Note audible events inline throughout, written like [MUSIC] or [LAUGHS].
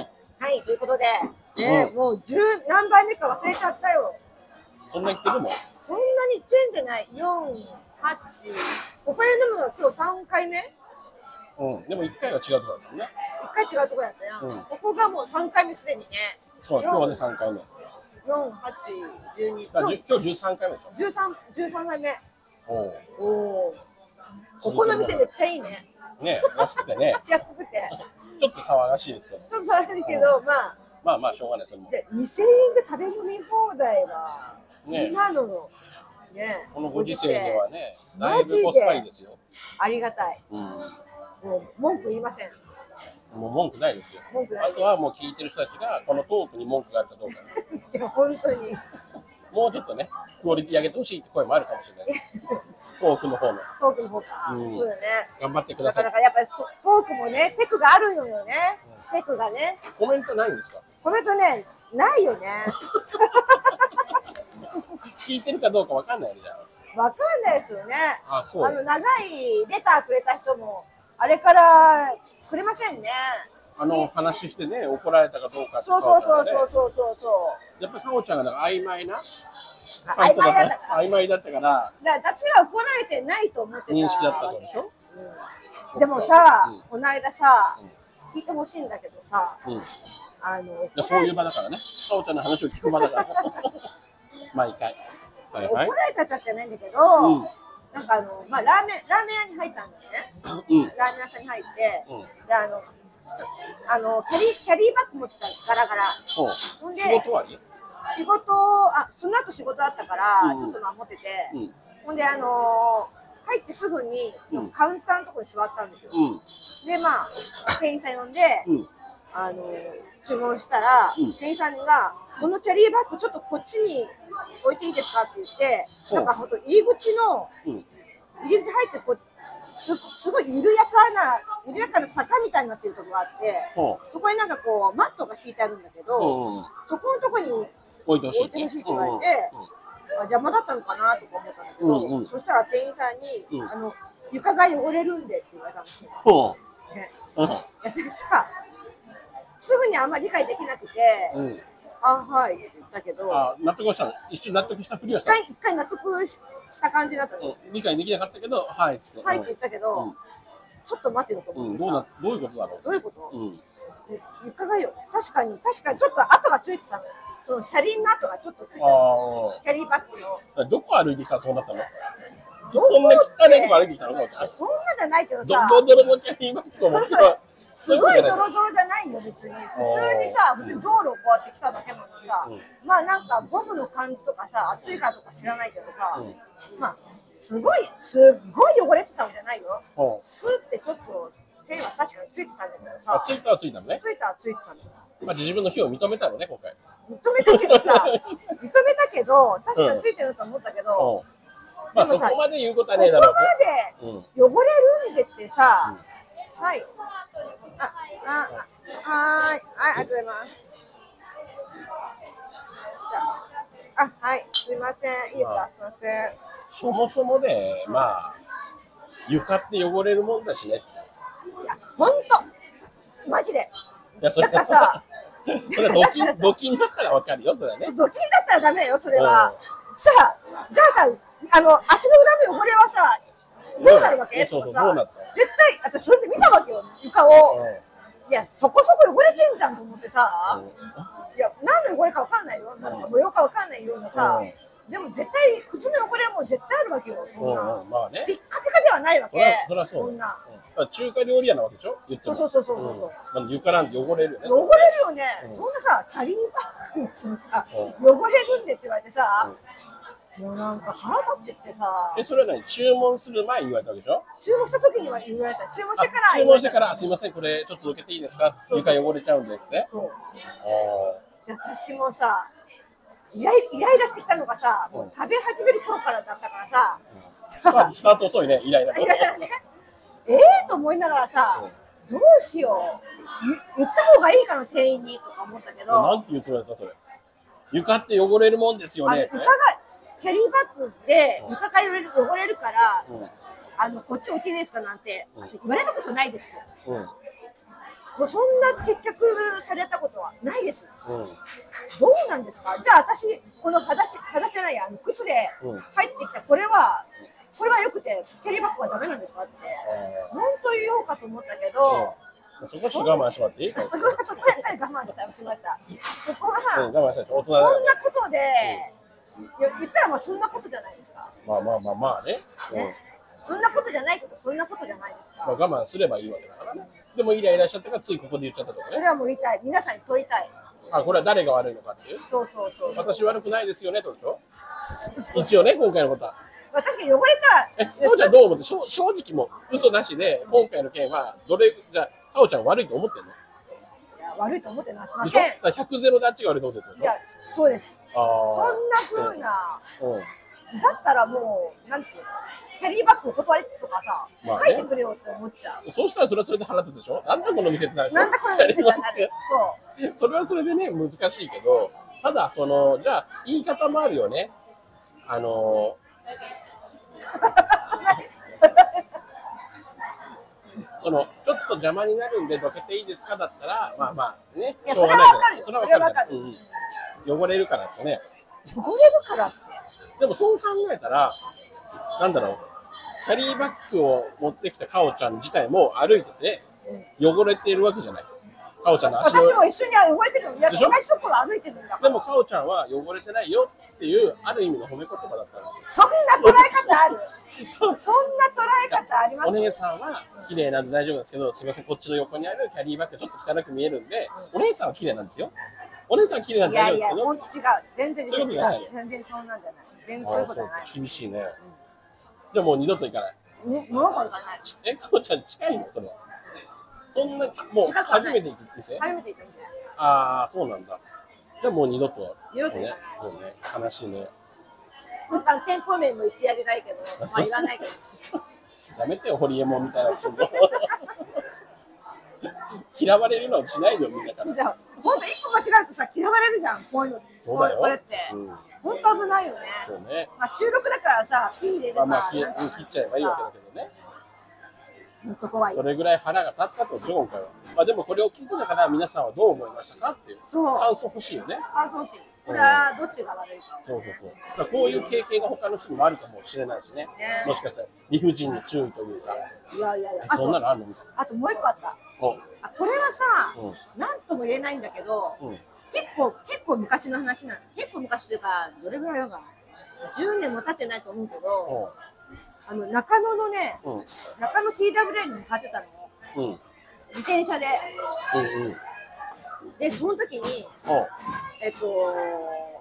ということで、ねうもう十何番目か忘れちゃったよ。そんな言ってるもん。そんなにいってんじゃない四八ここで飲むのは今日三回目うん。でも1回は違うとこだったもんね。一回違うところやったやん、うんここがもう三回目すでにね。そう、今日はね3回目。だ四八十二からじゅ今日13回目でしょ。十三十三回目。おうおおー。ここの店めっちゃいいね。ね安くてね、安くて。ちょっと騒がしいですけど。ちょっとそれだけど、まあ。まあまあ、しょうがない、それもじ。ゃあ2000円で食べ飲み放題は、ね今のの、ね、このご時世ではね、だいマジでぶコスパいいですよ。ありがたい。うん。もう文句言いません。 [LAUGHS] もう文句ないですよ。文句なあいとはもう聞いてる人たちが、このトークに文句があったらどうかな。いや、本当に。もうちょっとね、クオリティ上げてほしいって声もあるかもしれない。トークの方も。トークの方か。うんそうだね。頑張ってくだなかさ。ないかやっぱりそトークもね、テクがあるのよね。テクがね。コメントないんですかコメントね、ないよね。聞いてるかどうかわかんないじゃん。わかんないですよね。あそうあの、長いレターくれた人も、あれからくれませんね。あの、話してね、怒られたかどうかってそうそうそうねそうそうそうそう。やっぱりかおちゃんがなんか曖昧なあ曖昧だったから。曖昧だったから、だから私は怒られてないと思ってた認識だったってことでしょうんでもさ、うんこの間さ、うん聞いてほしいんだけどさうん。いあのや怒そらういれう場だからね。かおちゃんの話を聞く場だ [LAUGHS] から。毎回。はい怒はい。られたかじゃないんだけど、うんなんかあの、まあ、ラーメンラーメン屋に入ったんだよねうん。ラーメン屋さんに入って、うん。であのちょっとあのキャリーキャリーバッグ持ってたのガラガラそう。ほんで仕事はね。仕事あその後仕事だったから、うんちょっと守ってて、うん。ほんであの入ってすぐに、うんカウンターのところに座ったんですよ、うん。でまあ店員さん呼んで、うん。あの注文したら、うん店員さんが「このキャリーバッグちょっとこっちに置いていいですか?」って言ってほうなんかほんと入り口のうん。入り口入ってこうすすごい緩やかな緩やかな坂みたいになってるとこがあってほそこになんかこうマットが敷いてあるんだけう。ど、うん。そこのとこに置いてほしい。置いてほしいって言われてあ邪魔だったのかなとか思ったんだけど、うんうんそしたら店員さんに、うんあの「床が汚れるんで」って言われたんですよ。ほね、う。いや私さすぐにあんまり理解できなくて。うん。うん。あはいって言ったけどあ、納得したの。一瞬納得したふりを一した回一回納得しした感じだったの、の。うん理解できなかったけど、はいっつって。はいって言ったけど、うんちょっと待ってよとう思ってん。さ、どうな、どういうことだろどういうことう。、うん。床がよ確かに確かにちょっと跡がついてたのその車輪の跡がちょっとついてあたあ。キャリーバッグのどこ歩いてきたらそうなったのどこってそんな汚いとこ歩いてきたのかおちゃんそんなじゃないけどドさロドロのキャリーバッグを持ってきたすごいドそううロドロじゃないよ別に普通にさ普通に道路をこうやって来ただけなのにさ、うまあなんかゴムの感じとかさ暑いからとか知らないけどさ、うんまあすごいすっごい汚れてたんじゃないよじゃないうんスーってちょっと線は確かについてたんだけどあさついたはついたのね、ついたはついてたんだよまあ、自分の非を認めたのね今回認めたけど [LAUGHS] さ認めたけど確かについてると思ったけど、うんまあでもそさこまで言うことはそこねえだろうまで汚れるんでってさ、はいあああはーいはいありがとうございますじゃああはいすいませんいいですかすいませんそもそもねまあ床って汚れるもんだしねいやほんとマジでいやそれだからさ [LAUGHS] それはドキンドキンだったらわかるよそれはねちょっとドキンだったらダメよ、それは。さあ、じゃあさ、あの足の裏の汚れはさ、どうなるわうけんそうそうとかさどうなった絶対、私それで見たわけよ、床を。いや、そこそこ汚れてんじゃんと思ってうさん、いや、何の汚れかわかんないよ、なんか模様かわかんないようなさ、でも絶対、口の汚れはもう絶対あるわけよ、うんそんうんなう。んまあねピッカピカではないわそりゃけ、そりゃそうだんな。うんだから中華料理屋なわけでしょ言ってもそうそうそうそうそうんなんで床なんて汚れるよね汚れるよね、うんそんなさ、キャリーバッグのやつにさ、う汚れるんでって言われてさ、もうなんか腹立ってきてさえ、、それは何注文する前に言われたわけでしょ注文した時には言われた、注文してかあら注言わ文れしたてから、すいません、これちょっと受けていいですかそう床汚れちゃうんですね。そうあで私もさイライ、イライラしてきたのがさ、もううん食べ始める頃からだったからさ、ーまあスタート遅いね、イライラ。イライラね、 [LAUGHS] ええー、と思いながらさ、どうしよう、言言った方がいいかな、店員にとか思ったけど、なあんて言うつもりだった、それ。床って汚れるもんですよのね。床が、キャリーバッグで床が汚れる汚れるから、うあのこっち置いていいですかなんて、うん言われたことないですよ。ん。うん。こそんな接客されたことはないは私、この裸足、裸足じゃないや、あの靴でう入んってきた、これは、これは良くて、キャリーバッグはダメなんですかって、本当言おうかと思ったけど、うんそこはちょっと我慢してもらっていそいこは、そこはやっぱり我慢したしました。そこは、うん、我慢した大人そだよんなことで、いや言ったらまあそんなことじゃないですか。まあまあまあまあね。うんねそんなことじゃないけど、そんなことじゃないですまあか。我慢すればいいわけだからね。でもイライラしちゃったからついここで言っちゃったとかそれね。はもう言いたい。皆さんに問いたい。あ、これは誰が悪いのかっていう。そうそうそう。私悪くないですよね、とでしょ一応ね、今回のことは。私が汚れえ、た。タオちゃんどう思ってしょ正直もう嘘なしで、今回の件は、どれ、じゃあ、タオちゃん悪いと思ってんのいや悪いと思ってなしまでしょせん。だから ?100 ゼロであっちが悪いと思ってるいでしや、そうです。ょあそあんな風な、ー。うん。だったらもう、なんつうの、キャリーバッグお断りとかさ、まあね書いてくれよって思っちゃう。そうしたらそれはそれで腹立つでしょなんだこの店ってなるでしょなんだこれの店がなる。そ [LAUGHS] それはそれでね、難しいけど、ただ、その、じゃあ、言い方もあるよね。あの [LAUGHS] ー、その、ちょっと邪魔になるんで、どけていいですかだったら、まあまあ、ね、いやしょうがないじゃないそそれれははわわかかるるわかるうんうん汚れるからですよね。う。汚れるからって。でも、そう考えたら、なんだろう、キャリーバッグを持ってきたかおちゃん自体も歩いてて、汚れているわけじゃない。かおちゃんの足の私も一緒に汚れてるの。いや同でじしょところ歩いてるんだかでら。も、かおちゃんは汚れてないよっていう、ある意味の褒め言葉だったの。そんな捉え方ある。そんな捉え方ありますお姉さんは綺麗なんで大丈夫なんですけど、すみません、こっちの横にあるキャリーバッグちょっと汚く見えるんで、お姉さんは綺麗なんですよ。お姉さんは綺麗なんいで大や丈夫いでや、すけどほんと違う。全然そういう違うことじゃない。全然そんなんじゃない。全然あそういうーことじゃない。そう厳しいね。じゃあもう二度と行かない。も物がない。え、かおちゃん近いのそれ。そんな、もう近くは初ないめて行く店初めて行ったみたいああ、そうなんだ。じゃあもう二度と。二度と行ねかな。もうね、悲しいね。本当は店舗名も言ってあげたいけど、まあ言わないけど。やめてよ、ホリエモンみたいな人も。嫌われるのはしないでよ、みんなから。じゃあ、本当一歩間違えるとさ、嫌われるじゃん、こういうの。そうだよこれってうん。本当危ないよね。そうね。まあ収録だからさ、ピー入れれまばあまあ、切なんか切っちゃえばいいわけだけどね。本当怖いそ。れぐらい腹が立ったってことでしょ、今回は。まあでもこれを聞いてだから、皆さんはどう思いましたかっていう。そう感想欲しいよね。感想し、これはどっちが悪いか。そうそうそう。だからこういう経験が他の人にもあるかもしれないしね。ねもしかしたら理不尽に注意というか、いやいやいやえ、あそんなと、のあるのみたいな。あともう一個あった。おあこれはさ、うんなんとも言えないんだけど、うん結構結構昔の話なん結構昔というかどれぐらいだか10年も経ってないと思うけど、おあの中野のね、ううん。中野 TWA に向かってたのうん。自転車でうんうん。でその時におうえっと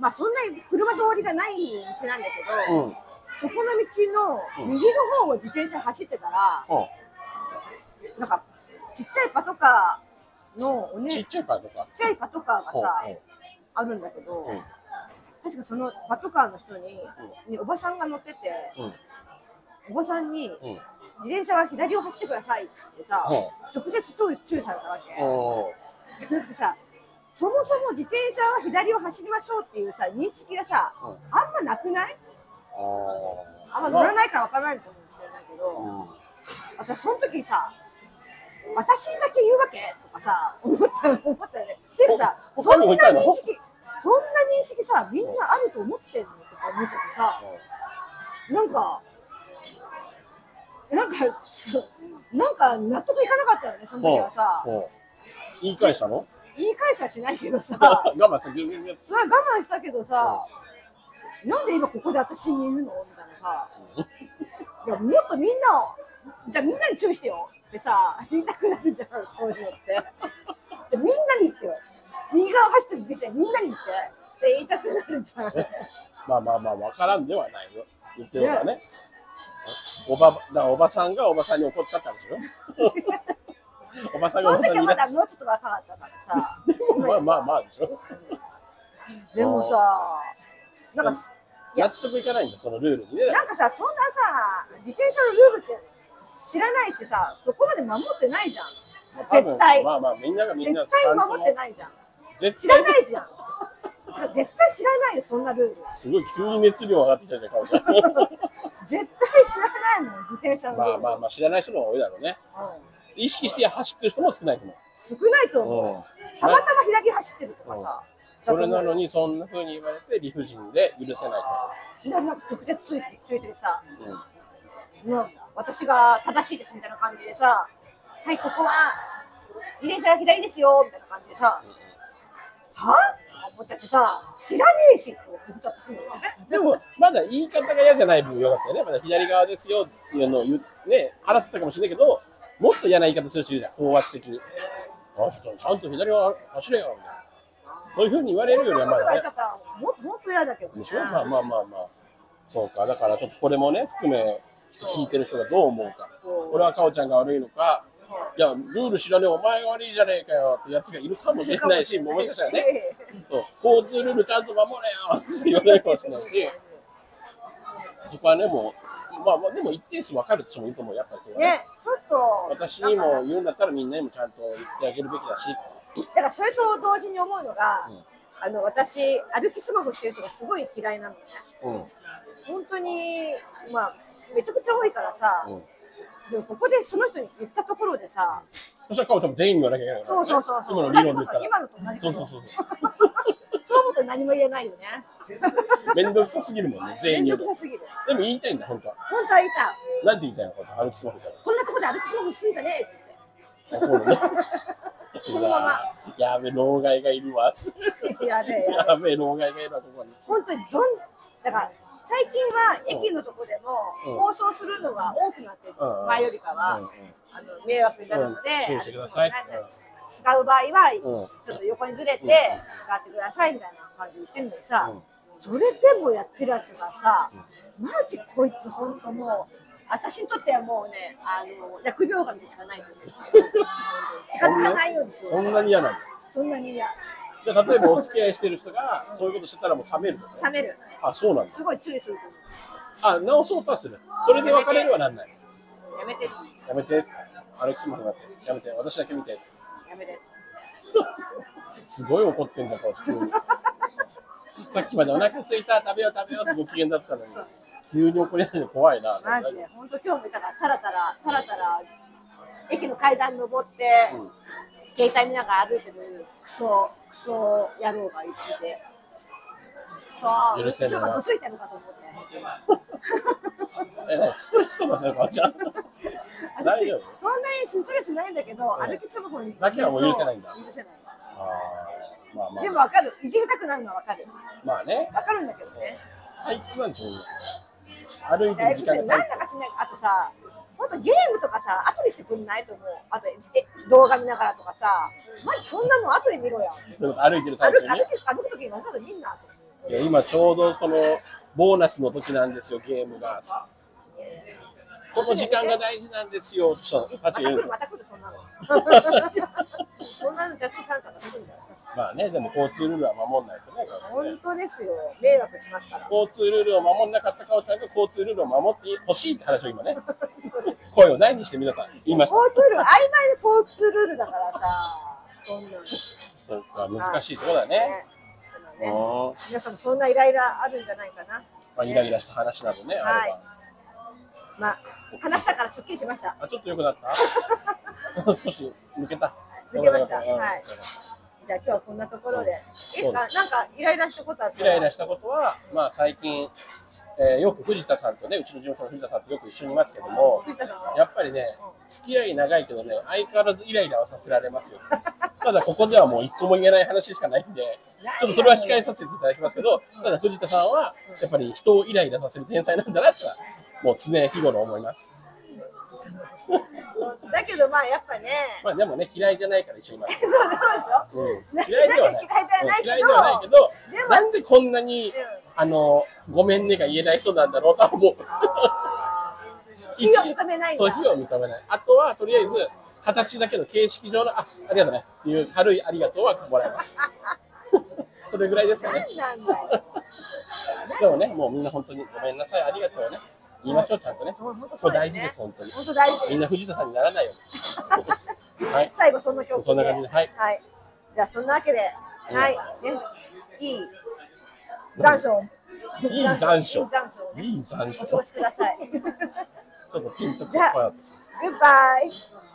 まあそんなに車通りがない道なんだけど、うん。そこの道の右の方を自転車走ってたら、おうなんかちっちゃいパトカーのおねちちっっちゃいパーとか。ちゃいパトカーがおうさ、あるんだけど、うん確かそのパトカーの人に,、におばさんが乗っててうん。おばさんに、うん。うん。自転車は左を走ってくださいってさ、うん直接注意注意されたわけ、おうなんかさそもそも自転車は左を走りましょうっていうさ認識がさ、うんあんまなくないおうあんま乗らないからわからないのかもしれないけど、うん。私その時にさ私だけ言うわけとかさ思った思ったよねでもさほそんな他に認もいたの識そんな認識さみんなあると思ってんのとか思っちゃってさなんかなんかそうなんか納得いかなかったよねその時はさうんうん言い返したの言い返しはしないけどさ我慢して、ギュギュギュそれは我慢したけどさなんで今ここで私に言うのみたいなさ [LAUGHS] いやもっとみんなをじゃあみんなに注意してよってさ言いたくなるじゃんそういうのってじゃあみんなに言ってよ右側を走ってる自転車みんなに言ってって言いたくなるじゃんまあまあまあ、わからんではないよ。言ってるからね。おば、だからおばさんがおばさんに怒ったって話よ。おばさんそがのおばさん時にはイラまッとだもうちょっと若かったからさまあまあま [LAUGHS] あでしょ。でもさなんかいや納得いかないんだ、そのルールにね。なんかさ、そんなさ、自転車のルールって知らないしさ、そこまで守ってないじゃん。まあ多絶分対まあまあ、みんながみん絶な対守ってないじゃん。知絶ら対ないじゃん。てか絶対知らないよ、そんなルール。すごい急に熱量上がってきたね、顔が。絶対知らないもん、自転車のルーまあル。まあまあ、知らない人の方が多いだろうね。うん意識して走ってる人も少ないと思う。少ないと思う。うんたまたま左走ってるとかさ、だそとれ思なうよのにそんな風に言われて理不尽で許せないでなんか直接注意して注意してさと、うん、もう私が正しいですみたいな感じでさ、はい、ここは、自転車が左ですよみたいな感じでさ、はぁ思っちゃってさ、知らねえしって思っちゃったのね。でもまだ言い方が嫌じゃない分よかったよねまだ左側ですよっていうのを言うね払ってたかもしれないけどもっと嫌な言い方する人いるじゃん高圧的にあちょっとちゃんと左側走れよみたいなそういう風に言われこるんなよりこはとまがあだねっちゃったら、もっともっと嫌だけどねでしょまあまあまあまあ。そうか。だからちょっとこれもね、含め、聞いてる人がどう思うか。そう俺はかおちゃんが悪いのかそう、いや、ルール知らねえ、お前が悪いじゃねえかよってやつがいるかもしれないし、もしかしたらね、そう交通ルールちゃんと守れよって言われるかもしれないし、そこはね、もう、まあまあ、でも一定数分かる人もいると思う、やっぱりそれはね。ね、ちょっと、私にも言うんだったらみんなにもちゃんと言ってあげるべきだし、だからそれと同時に思うのが、うんあの私、歩きスマホしてるとかすごい嫌いなのね。うん、本当に、まあ、めちゃくちゃ多いからさ、うん。でもここでその人に言ったところでさ、そしたらかおちゃんも全員に言わなきゃいけないからそうねそうそうそう。今の理論で言ったら。今のと同じこそうと。そうそうそう。そう思うと何も言えないよね。めんどくさすぎるもんね、全員めにんどくさすぎる。でも言いたいんだ、本当は。本当は言いたい。なんて言いたいの、これ、歩きスマホから。こんなとこで歩きスマホすんじゃねえっつって。あそうだね。そのままうわー。やべ、老害がいるわ。やべえやべえやべ、老害がいるわ、ここに。本当にどん、だから、最近は駅のとこでうんも放送するのが多くなってるんですようん前よりかは、うんうんあの迷惑になるので、うん注意してください歩きスマホしないで使う場合は、うちょっと横にずれてうん使ってくださいみたいな感じで言ってるのにさ、それでもやってるやつがさ、マジこいつ本当もう、私にとってはもうね、あの疫病神でしかないと思う。近づかないようにしよそんう。なに嫌なんだ。そんなに嫌。じゃあ、例えばお付き合いしてる人が、そういうことしてたらもう冷めるのね。冷める。あ、そうなんだ。すごい注意すると思あ、直そうとはする。それで別れるはなんない。う。やめて、やめて。歩きスマホだって。やめて。私だけ見て。やめて。すごい怒ってんだから、普通に。さっきまでお腹空いた、食べよう食べようってご機嫌だったのに、急に怒り出して怖いな。マジで、本当今日もだから、たらたら、たらたら、駅の階段登って、うん携帯見ながら歩いてるクソ、クソ野郎がいて、クソ、許せ後んなろがどついてるのかと思って。え、なんかストレスとかなのか、ちゃんと。大私丈夫そんなにストレスないんだけど、うん歩きスマホにだけはもう許せないんだ許せないあーまあまあ、でもわかるいじりたくなるのはわかるまあね、わかるんだけどね退屈なんでしょうね。歩いてだるいぶ時それ間がなんだかしないあとさほんとゲームとかさ後にしてくんないと思うあとえ動画見ながらとかさマジそんなもん後で見ろやでも歩いてる最歩中くに歩ね。き歩く時にわざと見んなといや今ちょうどそのボーナスの時なんですよ、ゲームが。この時間が大事なんですよ、ちょっとまたたち来が言るうのまた来るそん [LAUGHS] なのそんなのジャストさんさんが来るんだよまあね、でも交通ルールは守んないとね。これね本当ですよ迷惑しますから交通ルールを守んなかったかをちゃんと交通ルールを守ってほしいって話を今ね、声を大にして皆さん言いました。交通ルール曖昧で交通ルールだからさそんなのそうか難しいところだね。ねうんね皆さんもそんなイライラあるんじゃないかなまあ、イライラした話などね、あれば。まあ話したからすっきりしましたあ、ちょっと良くなった少し抜けた。 [LAUGHS] 抜けましたうんはいじゃあ今日はこんなところでいいですそうかなんかイライラしたことあったイらライラしたことは、まあ最近、えーよく藤田さんとね、うちの事務所の藤田さんとよく一緒にいますけども、藤田さんはやっぱりね、付き合い長いけどね、相変わらずイライラはさせられますよ。 [LAUGHS] ただここではもう一個も言えない話しかないんで、ちょっとそれは控えさせていただきますけど、ただ藤田さんは、やっぱり人をイライラさせる天才なんだなってのは、もう常日頃思います。だけどまあやっぱね [LAUGHS] まあでもね、嫌いじゃないから一緒にいます。そうなんですようん嫌いではない。なんか嫌嫌いいででははなないいけけどで、もなんでこんなに、あの、ごめんねが言えない人なんだろうとは思う。 [LAUGHS] 非を認めないんだそう、非を認めない。あとは、とりあえず、形だけど形式上の、あ、ありがとうねっていう軽いありがとうはもら [LAUGHS] えます。それぐらいですかね。何なんだよでもね、もうみんな本当にごめんなさい、ありがとうね。言いましょう、ちゃんとね。そう本当こそうれだ大よ事ねです、本当に。本当大事みんな藤田さんにならないよう [LAUGHS] に。はい。最後そんな曲でそんな感じではいじゃあそんなわけではいねいい残暑をいい残暑いい残暑をねいい残お過ご暑。ちしください [LAUGHS] ょっとピンとこじゃあこうやって Goodbye